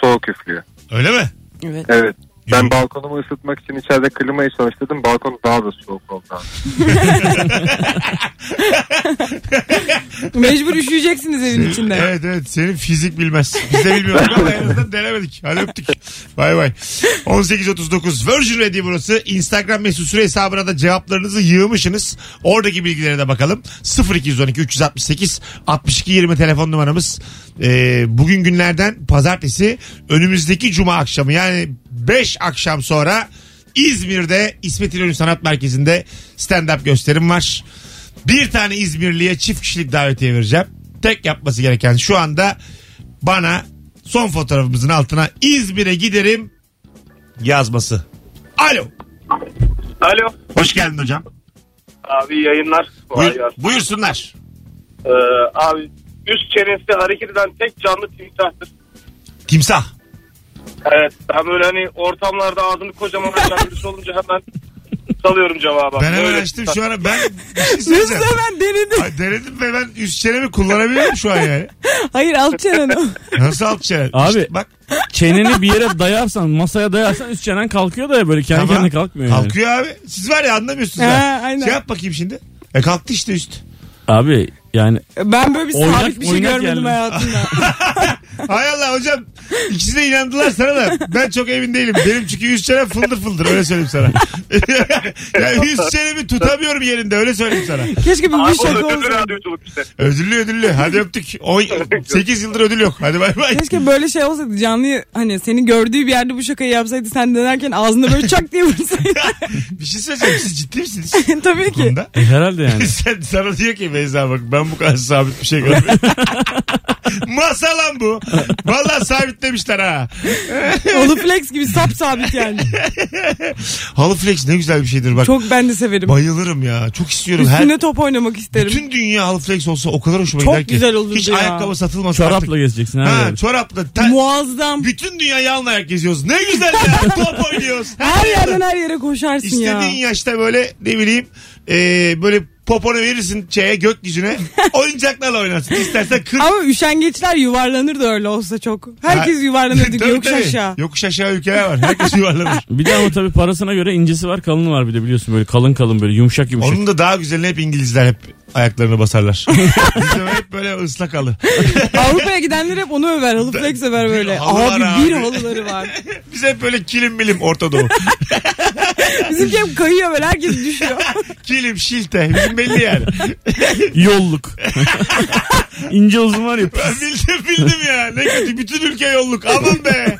I: soğuk üflüyor.
B: Öyle mi?
C: Evet.
I: Evet.
B: Yürü.
I: Ben balkonumu ısıtmak için içeride klimayı çalıştırdım. Balkon daha da soğuk oldu. abi.
C: Mecbur üşüyeceksiniz evin içinde.
B: Şey, Evet evet senin fizik bilmez. Biz de bilmiyoruz ama en azından denemedik. Hadi öptük. Bay bay. 18.39 Virgin Radio burası. Instagram mesut süre hesabına da cevaplarınızı yığmışsınız. Oradaki bilgilere de bakalım. 0212 368 62 20 telefon numaramız. Ee, bugün günlerden pazartesi önümüzdeki cuma akşamı yani 5 akşam sonra İzmir'de İsmet İnönü Sanat Merkezi'nde stand-up gösterim var. Bir tane İzmirli'ye çift kişilik davetiye vereceğim. Tek yapması gereken şu anda bana son fotoğrafımızın altına İzmir'e giderim yazması. Alo.
J: Alo.
B: Hoş geldin hocam.
J: Abi iyi yayınlar. Kolay
B: Buyur,
J: gelsin.
B: buyursunlar.
J: Ee, abi üst çenesi hareket eden tek canlı timsahtır.
B: Timsah.
J: Evet. Ben böyle hani ortamlarda ağzını kocaman açan birisi olunca hemen salıyorum cevaba.
B: Ben hemen
J: Böyle
B: açtım
J: timsah.
B: şu ara. Ben bir şey
C: Mesut
B: söyleyeceğim.
C: hemen denedi.
B: Ay, Denedim ve ben üst çenemi kullanabiliyorum şu an yani.
C: Hayır alt çenen o.
B: Nasıl alt çene?
D: Abi.
B: İşte bak
D: Çeneni bir yere dayarsan masaya dayarsan üst çenen kalkıyor da böyle kendi
B: Tamam.
D: kendine kalkmıyor. yani.
B: kalkıyor abi. Siz var ya anlamıyorsunuz.
C: Ha,
B: ha.
C: aynen.
B: Şey yap bakayım şimdi. E kalktı işte üst.
D: Abi yani
C: Ben böyle bir
D: Oynak-
C: sabit bir şey
D: oynak
C: görmedim
D: yerli.
C: hayatımda.
B: Hay Allah hocam. İkisi de inandılar sana da. Ben çok emin değilim. Benim çünkü yüz çenem fıldır fıldır öyle söyleyeyim sana. yani yüz çenemi tutamıyorum yerinde öyle söyleyeyim sana.
C: Keşke bu bir
J: Abi o
C: şaka
J: ödüllü
C: olsaydı.
J: radyoculuk işte.
B: Ödüllü ödüllü. Hadi öptük. 8 yıldır ödül yok. Hadi bay bay.
C: Keşke böyle şey olsaydı canlı hani seni gördüğü bir yerde bu şakayı yapsaydı sen denerken ağzına böyle çak diye vursaydı.
B: bir şey söyleyeceğim. Siz ciddi misiniz?
C: Tabii ki.
B: Bunda.
D: e, herhalde yani.
B: Sen, sana diyor ki Beyza bak ben bu kadar sabit bir şey görmedim. Masa lan bu. Valla sabitlemişler ha.
C: Onu flex gibi sap sabit yani.
B: Halı flex ne güzel bir şeydir bak.
C: Çok ben de severim.
B: Bayılırım ya. Çok istiyorum. Her,
C: Üstüne top oynamak isterim.
B: Bütün dünya halı flex olsa o kadar hoşuma
C: Çok
B: gider ki.
C: güzel olurdu
B: Hiç
C: ya.
B: ayakkabı satılmasa
D: Çorapla
B: artık.
D: gezeceksin. Ha,
B: Ha,
D: böyle.
B: çorapla. Ta-
C: Muazzam.
B: bütün dünya yalın ayak geziyoruz. Ne güzel ya. Top oynuyoruz.
C: Her yerden her yere koşarsın ya.
B: İstediğin yaşta böyle ne bileyim e, böyle poponu verirsin şeye gökyüzüne. oyuncaklarla oynarsın. İstersen kır.
C: Ama üşengeçler yuvarlanır da öyle olsa çok. Herkes
B: Ha-
C: yuvarlanırdı
B: Tabii,
C: yokuş
B: tabii.
C: aşağı.
B: Yokuş aşağı ülkeler var. Herkes yuvarlanır.
D: Bir de ama tabii parasına göre incesi var kalını var bir de biliyorsun böyle kalın kalın böyle yumuşak yumuşak.
B: Onun da daha güzelini hep İngilizler hep ayaklarını basarlar. Bizim hep böyle ıslak halı.
C: Avrupa'ya gidenler hep onu över. Halı flex över
B: bir
C: böyle.
B: halı var
C: Abi,
B: abi.
C: bir halıları var.
B: Biz hep böyle kilim milim Orta Doğu.
C: Bizimki hep kayıyor böyle herkes düşüyor.
B: kilim şilte. Bizim belli yani.
D: Yolluk. İnce uzun var ya.
B: Ben bildim bildim ya. Ne kötü bütün ülke yolluk. Aman be.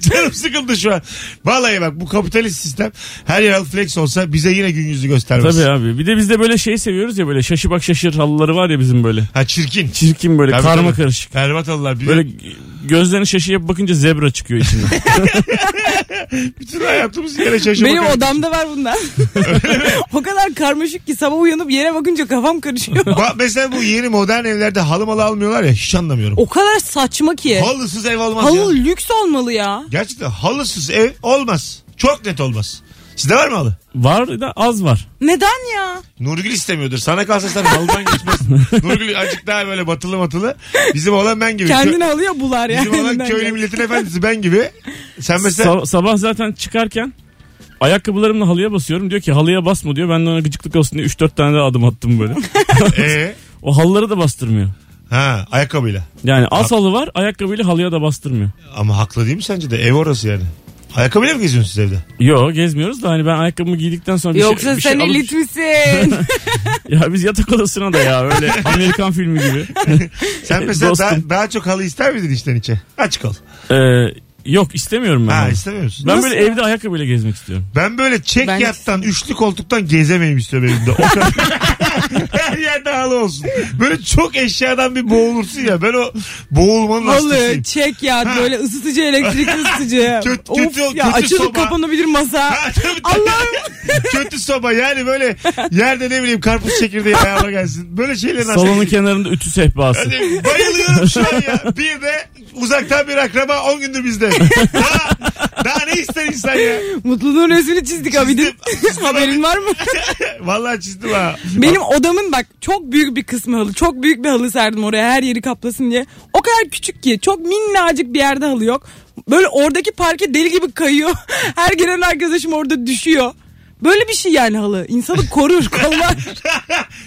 B: Canım sıkıldı şu an. Vallahi bak bu kapitalist sistem her yer halı flex olsa bize yine gün yüzü göstermez.
D: Tabii abi. Bir de biz de böyle şey seviyoruz ya böyle şaşı bak şaşır halıları var ya bizim böyle.
B: Ha çirkin.
D: Çirkin böyle
B: Tabii,
D: karma
B: tabii.
D: karışık.
B: Berbat halılar. Bir-
D: Böyle gözlerini şaşı yapıp bakınca zebra çıkıyor içinden.
B: Bütün hayatımız yere şaşırmak.
C: Benim odamda
B: şey.
C: var bundan. o kadar karmaşık ki sabah uyanıp yere bakınca kafam karışıyor.
B: Ba- mesela bu yeni modern evlerde halı malı almıyorlar ya hiç anlamıyorum.
C: O kadar saçma ki.
B: Halısız ev olmaz ya.
C: Oh Halı lüks olmalı ya.
B: Gerçekten halısız ev olmaz. Çok net olmaz. Sizde var mı halı?
D: var da az var.
C: Neden ya?
B: Nurgül istemiyordur. Sana kalsa sen halıdan geçmezsin. Nurgül azıcık daha böyle batılı batılı. Bizim olan ben gibi.
C: Kendini halıya bular
B: Kö-
C: yani.
B: Şey, Bizim olan
C: Elinden
B: köylü
C: gel.
B: milletin efendisi ben gibi. Sen mesela
D: Sa- sabah zaten çıkarken ayakkabılarımla halıya basıyorum. Diyor ki halıya basma diyor. Ben de ona gıcıklık olsun diye 3-4 tane daha adım attım böyle.
B: ee,
D: o halıları da bastırmıyor.
B: ha ayakkabıyla.
D: Yani az halı var ayakkabıyla halıya da bastırmıyor.
B: Ama haklı değil mi sence de? Ev orası yani. Ayakkabıyla mı geziyorsun siz evde?
D: Yo gezmiyoruz da hani ben ayakkabımı giydikten sonra bir şey,
C: Yoksa
D: bir şey
C: sen
D: alıp-
C: elit misin?
D: Ya biz yatak odasına da ya öyle Amerikan filmi gibi.
B: Sen mesela
D: Dostum.
B: daha, daha çok halı ister miydin içten içe? Açık ol.
D: Ee, yok istemiyorum ben.
B: Ha
D: onu.
B: istemiyor musun?
D: ben
C: Nasıl
D: böyle evde ayakkabıyla gezmek istiyorum.
B: Ben böyle çek
C: Ben-
B: yattan, üçlü koltuktan gezemeyim istiyorum evimde. O kadar. Her yerde halı olsun. Böyle çok eşyadan bir boğulursun ya. Ben o boğulmanın hastasıyım.
C: Halı, çek ya böyle ısıtıcı elektrikli ısıtıcı.
B: Kötü-
C: of
B: kötü-
C: ya
B: kötü
C: açılıp
B: soba.
C: kapanabilir masa.
B: Ha, tabii, tabii.
C: Allah'ım.
B: Kötü soba yani böyle yerde ne bileyim karpuz çekirdeği ayağıma gelsin. Böyle şeylerin
D: Salonun
B: hastası.
D: kenarında ütü sehpası.
B: Yani bayılıyorum şu an ya. Bir de uzaktan bir akraba 10 gündür bizde. Daha Daha ne ister insan ya?
C: Mutluluğun resmini çizdik abidin. Haberin var mı?
B: Vallahi çizdim ha.
C: Benim odamın bak çok büyük bir kısmı halı. Çok büyük bir halı serdim oraya her yeri kaplasın diye. O kadar küçük ki çok minnacık bir yerde halı yok. Böyle oradaki parke deli gibi kayıyor. Her gelen arkadaşım orada düşüyor. Böyle bir şey yani halı. İnsanı korur, kollar.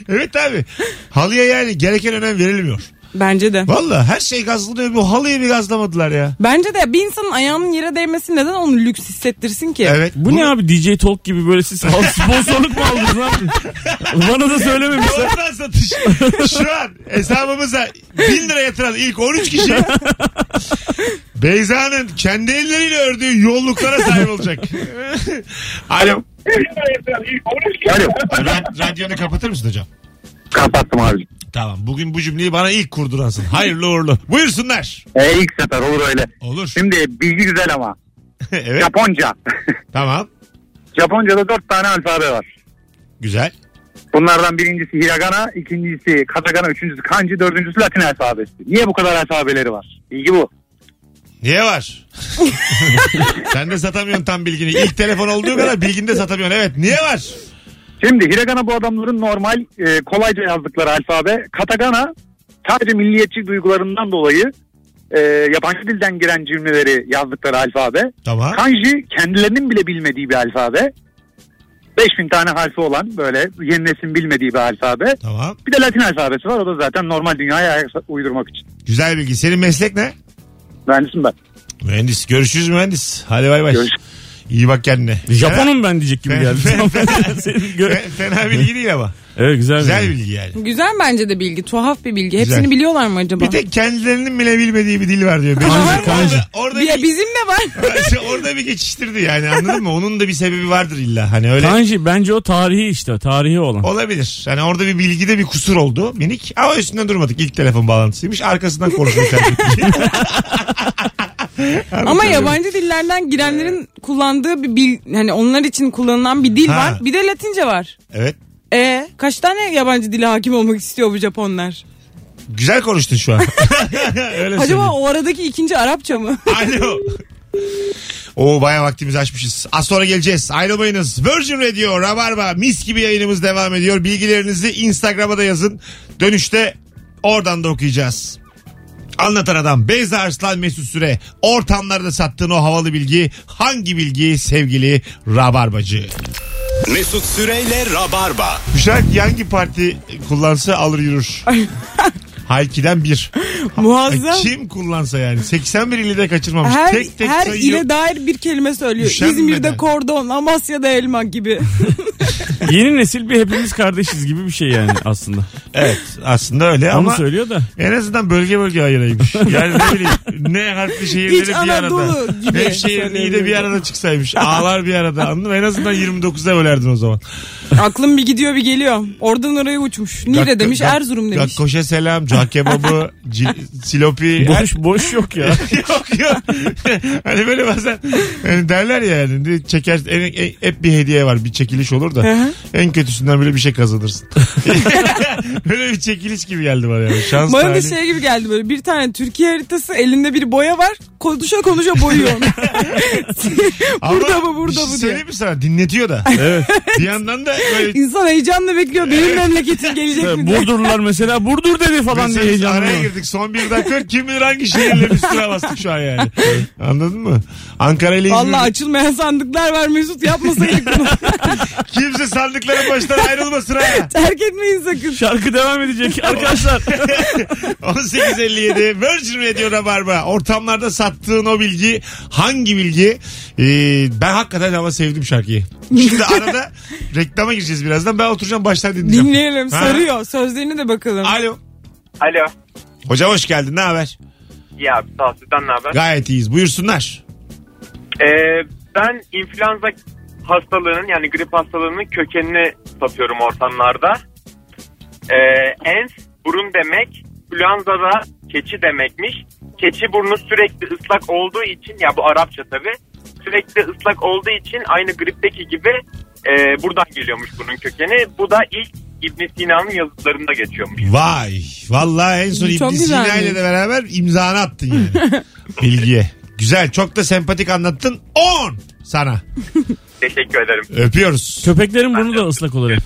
B: Evet abi. Halıya yani gereken önem verilmiyor.
C: Bence de.
B: Valla her şey gazlanıyor. Bu halıyı bir gazlamadılar ya.
C: Bence de bir insanın ayağının yere değmesi neden onu lüks hissettirsin ki?
B: Evet.
D: Bu ne abi DJ Talk gibi böyle siz al- sponsorluk mu aldınız lan? Bana da söylememişler.
B: Oradan satış. Şu an hesabımıza 1000 lira yatıran ilk 13 kişi Beyza'nın kendi elleriyle ördüğü yolluklara sahip olacak. Alo.
E: Alo.
B: Ra- radyonu kapatır mısın hocam?
E: Kapattım abicim.
B: Tamam. Bugün bu cümleyi bana ilk kurduransın. Hayırlı uğurlu. Buyursunlar.
E: E, ilk sefer olur öyle.
B: Olur.
E: Şimdi bilgi güzel ama.
B: evet.
E: Japonca.
B: Tamam.
E: Japonca'da dört tane alfabe var.
B: Güzel.
E: Bunlardan birincisi hiragana, ikincisi katakana, üçüncüsü kanji, dördüncüsü latin alfabesi. Niye bu kadar alfabeleri var? Bilgi bu.
B: Niye var? Sen de satamıyorsun tam bilgini. İlk telefon olduğu kadar bilgini de satamıyorsun. Evet. Niye var?
E: Şimdi hiragana bu adamların normal e, kolayca yazdıkları alfabe. Katakana sadece milliyetçi duygularından dolayı e, yabancı dilden giren cümleleri yazdıkları alfabe.
B: Tamam.
E: Kanji kendilerinin bile bilmediği bir alfabe. 5000 tane harfi olan böyle yeni neslin bilmediği bir alfabe.
B: Tamam.
E: Bir de Latin alfabesi var o da zaten normal dünyaya ayak uydurmak için.
B: Güzel bilgi. Senin meslek ne?
E: Mühendisim ben.
B: Mühendis. Görüşürüz mühendis. Hadi bay bay.
E: Görüş-
B: İyi bak kendine.
D: Japonum ben diyecek gibi geldi. Senin
B: Fena,
D: gö-
B: fe- fena bilgi değil ama.
D: evet güzel.
B: Güzel
D: bir- şey.
B: bilgi yani.
C: Güzel bence de bilgi. Tuhaf bir bilgi.
B: Güzel.
C: Hepsini biliyorlar mı acaba?
B: Bir tek kendilerinin bile bilmediği bir dil var diyor. Benim
C: Kanji, kanji.
B: Orada, orada
C: Bir-
B: bir,
C: bizim de var.
B: orada bir geçiştirdi yani anladın mı? Onun da bir sebebi vardır illa. Hani öyle
D: Kanji bence o tarihi işte tarihi olan.
B: Olabilir. Yani orada bir bilgide bir kusur oldu minik. Ama üstünden durmadık. İlk telefon bağlantısıymış. Arkasından konuşmayı tercih ettik.
C: Ama yabancı dillerden girenlerin kullandığı bir bil, hani onlar için kullanılan bir dil
B: Ha.
C: var. Bir de Latince var.
B: Evet.
C: E kaç tane yabancı dile hakim olmak istiyor bu Japonlar?
B: Güzel konuştun şu an. Öyle
C: Acaba o aradaki ikinci Arapça mı?
B: söyleyeyim. Alo. Oo bayağı vaktimizi açmışız. Az sonra geleceğiz. Ayrılmayınız. Virgin Radio, Rabarba, mis gibi yayınımız devam ediyor. Bilgilerinizi Instagram'a da yazın. Dönüşte oradan da okuyacağız. Anlatan adam Beyza Arslan Mesut Süre ortamlarda sattığın o havalı bilgi hangi bilgi sevgili Rabarbacı?
A: Mesut Süreyle Rabarba.
B: Bu şarkı hangi parti kullansa alır yürür. Hayki'den bir.
C: Muazzam.
B: Kim kullansa yani. 81 ili de kaçırmamış.
C: Her,
B: tek tek
C: her
B: sayıyor.
C: ile dair bir kelime söylüyor.
B: Üşenmeden.
C: İzmir'de kordon, Amasya'da elma gibi.
D: Yeni nesil bir hepimiz kardeşiz gibi bir şey yani aslında.
B: Evet aslında öyle
D: Ama
B: ama
D: söylüyor da.
B: en azından bölge bölge ayıraymış. Yani ne bileyim ne harfli şehirleri
C: İç
B: bir
C: Anadolu
B: arada.
C: gibi
B: Nevşehir iyi de
C: söyleyebilirim.
B: bir arada çıksaymış. Ağlar bir arada anladın mı? En azından 29'a ölerdin o zaman.
C: Aklım bir gidiyor bir geliyor. Oradan oraya uçmuş. Nire
B: Gakko-
C: demiş,
B: Gak-
C: Erzurum demiş.
B: Gakkoşa selam, cağ kebabı, cil- silopi. her-
D: Boş boş yok ya.
B: yok yok. hani böyle bazen hani derler ya yani de çeker en, en- hep bir hediye var bir çekiliş olur da
C: hı.
B: en kötüsünden böyle bir şey kazanırsın. böyle bir çekiliş gibi geldi bana yani. Şans
C: Bana da
B: tarihi.
C: şey gibi geldi böyle bir tane Türkiye haritası elinde bir boya var konuşa konuşa boyuyor. onu.
B: Ama
C: burada mı burada
B: Bir şey
C: mı diye.
B: söyleyeyim mi sana dinletiyor da. Evet. bir yandan da böyle
C: İnsan heyecanla bekliyor benim memleketim gelecek mi diye.
D: Burdurlular mesela Burdur dedi falan
B: Mesela
D: diye
B: biz araya
D: heyecanlanıyor.
B: girdik. Son bir dakika kim bilir hangi şehirle biz sıra bastık şu an yani. Anladın mı? Ankara ile İzmir'de
C: Valla açılmayan sandıklar var Mesut yapmasaydık bunu.
B: kimse sandıkların başından ayrılmasın ha.
C: Terk etmeyin sakın.
D: Şarkı devam edecek arkadaşlar.
B: 1857 Virgin Radio Rabarba. Ortamlarda sattığın o bilgi hangi bilgi? Ee, ben hakikaten ama sevdim şarkıyı. Şimdi arada reklama gireceğiz birazdan. Ben oturacağım baştan dinleyeceğim.
C: Dinleyelim
B: Ha?
C: sarıyor sözlerine de bakalım.
B: Alo.
J: Alo.
B: Hocam hoş geldin. Ne haber?
J: İyi abi sağ ol. Sizden ne haber?
B: Gayet iyiyiz. Buyursunlar.
J: Ee, ben influenza hastalığının yani grip hastalığının kökenini satıyorum ortamlarda. Ee, ens burun demek. Influenza da keçi demekmiş. Keçi burnu sürekli ıslak olduğu için ya bu Arapça tabi sürekli ıslak olduğu için aynı gripteki gibi e, buradan geliyormuş bunun kökeni. Bu da ilk İbn Sina'nın yazıtlarında geçiyormuş.
B: Vay. Vallahi en son
C: Çok
B: İbn Sina ile
C: güzelmiş.
B: de beraber imzanı attın yani. Bilgiye. Güzel. Çok da sempatik anlattın. 10 sana.
J: Teşekkür ederim.
B: Öpüyoruz.
D: Köpeklerin burnu da ıslak olur hep.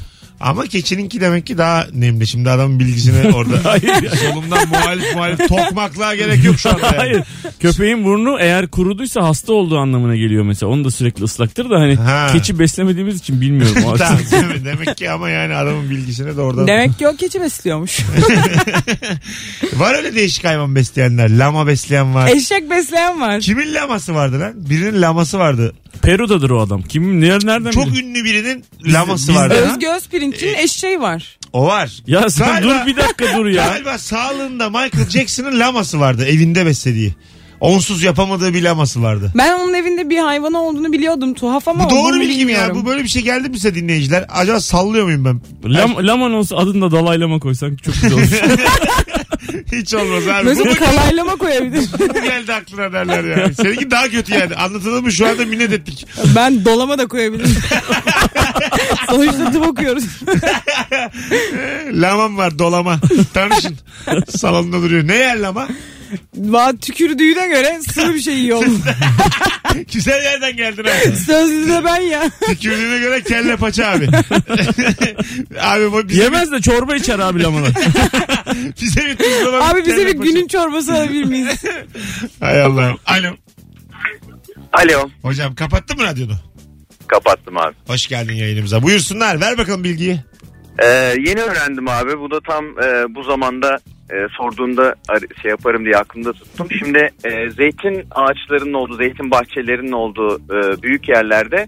B: Ama keçininki demek ki daha nemli. Şimdi adamın bilgisini orada. Solumdan muhalif muhalif tokmaklığa gerek yok şu anda. yani.
D: Hayır. Köpeğin burnu eğer kuruduysa hasta olduğu anlamına geliyor mesela. Onu da sürekli ıslaktır da hani
B: Ha.
D: keçi beslemediğimiz için bilmiyorum. o
B: Tamam,
D: açıdan.
B: demek- demek ki ama yani adamın bilgisine de oradan.
C: Demek ki o keçi besliyormuş.
B: Var öyle değişik hayvan besleyenler. Lama besleyen
D: E-
B: var.
C: Eşek besleyen var.
B: Kimin laması vardı lan? Birinin laması vardı.
D: Peru'dadır o adam. Kim ner- nereden
B: Çok
D: bilir?
B: ünlü birinin laması
D: bizde-
B: vardı. lan.
C: Özgü Özpirinç'in
B: E-
C: eşeği var.
B: O var.
D: Ya sen dur bir dakika dur ya.
B: Galiba sağlığında Michael Jackson'ın laması vardı. Evinde beslediği. Onsuz yapamadığı bir laması vardı.
C: Ben onun evinde bir hayvanı olduğunu biliyordum tuhaf ama
B: Bu doğru
C: olduğunu
B: bilgi mi ya?
C: bilmiyorum.
B: Bu böyle bir şey geldi mi size dinleyiciler? Acaba sallıyor muyum ben?
D: Lam, laman olsa adını da Dalai Lama koysan çok güzel olur.
B: Hiç olmaz abi. Bu
C: Mesut
B: mu-
C: kalaylama koyabilir.
B: bu geldi aklına derler yani. Seninki daha kötü yani. Anlatılan mı şu anda minnet ettik.
C: ben dolama da koyabilirim. Sonuçta tıp okuyoruz.
B: Lamam var dolama. Tanışın. Salonda duruyor. Ne yer lama?
C: Bana tükürdüğüne göre sıvı bir şey yiyor.
B: Güzel yerden geldin abi.
C: Sözlü de ben ya.
B: Tükürdüğüne göre kelle paça abi. abi bu bize,
D: Yemez de çorba içer abi lamalar.
B: bize bir tuzlama.
C: Abi bize
B: kelle
C: bir
B: paça.
C: günün çorbası alabilir miyiz?
B: Hay Allah'ım. Alo.
J: Alo.
B: Hocam kapattın mı radyonu?
J: Kapattım abi.
B: Hoş geldin yayınımıza. Buyursunlar. Ver bakalım bilgiyi.
J: Ee, yeni öğrendim abi. Bu da tam e, bu zamanda e, sorduğunda ar- şey yaparım diye aklımda tuttum. Şimdi e, zeytin ağaçlarının olduğu, zeytin bahçelerinin olduğu e, büyük yerlerde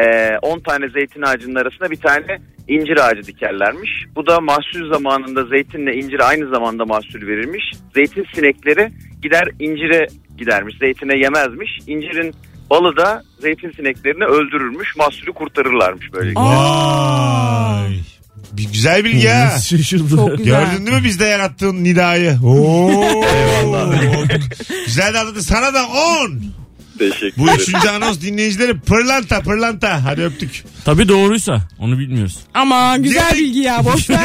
J: e, 10 tane zeytin ağacının arasında bir tane incir ağacı dikerlermiş. Bu da mahsul zamanında zeytinle incir aynı zamanda mahsul verilmiş. Zeytin sinekleri gider incire gidermiş, zeytine yemezmiş. İncirin balı da zeytin sineklerini öldürürmüş, mahsulü kurtarırlarmış böyle.
C: Aa.
B: Vay. Bir güzel bilgi ha.
D: Şaşırdı.
C: Çok güzel.
B: Gördün değil mi bizde yarattığın nidayı? Oo. Güzel de anladın. Sana da 10.
J: Teşekkür
B: Bu üçüncü anons dinleyicileri pırlanta pırlanta. Hadi öptük.
D: Tabii doğruysa onu bilmiyoruz.
C: Ama güzel
B: Yemek-
C: bilgi ya boş ver.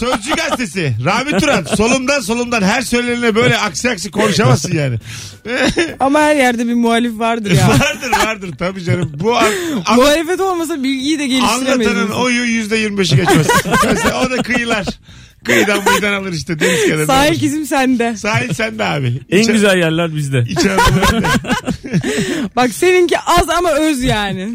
B: Sözcü gazetesi. Rami Turan solumdan solumdan her söylenene böyle aksi aksi konuşamazsın yani.
C: Ama her yerde bir muhalif vardır ya.
B: vardır vardır tabii canım. Bu an, an-
C: Muhalefet olmasa bilgiyi de
B: anlatanın
C: geliştiremeyiz.
B: oyu yüzde yirmi beşi geçmez. Mesela o da kıyılar. Kıyıdan mıydan alır işte deniz kenarında.
C: Sahil kizim sende.
B: Sahil sende abi.
D: En
B: İç-
D: güzel yerler bizde.
B: İç Anadolu'da.
C: Bak seninki az ama öz yani.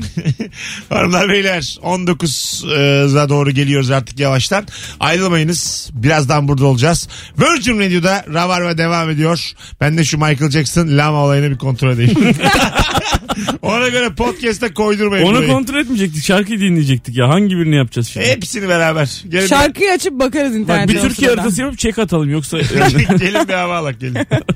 B: Hanımlar beyler 19'a doğru geliyoruz artık yavaştan. Ayrılmayınız. Birazdan burada olacağız. Virgin Radio'da Ravarva devam ediyor. Ben de şu Michael Jackson lama olayını bir kontrol edeyim. Ona göre podcast'a koydurmayın.
D: Onu
B: burayı.
D: kontrol etmeyecektik. Şarkıyı dinleyecektik ya. Hangi birini yapacağız şimdi?
B: Hepsini beraber. Gelin
C: Şarkıyı açıp bakarız
D: Bak
C: internette.
D: bir
C: o
D: Türkiye
C: sırada.
D: haritası yapıp çek atalım yoksa
B: gelin bir hava alak gelin.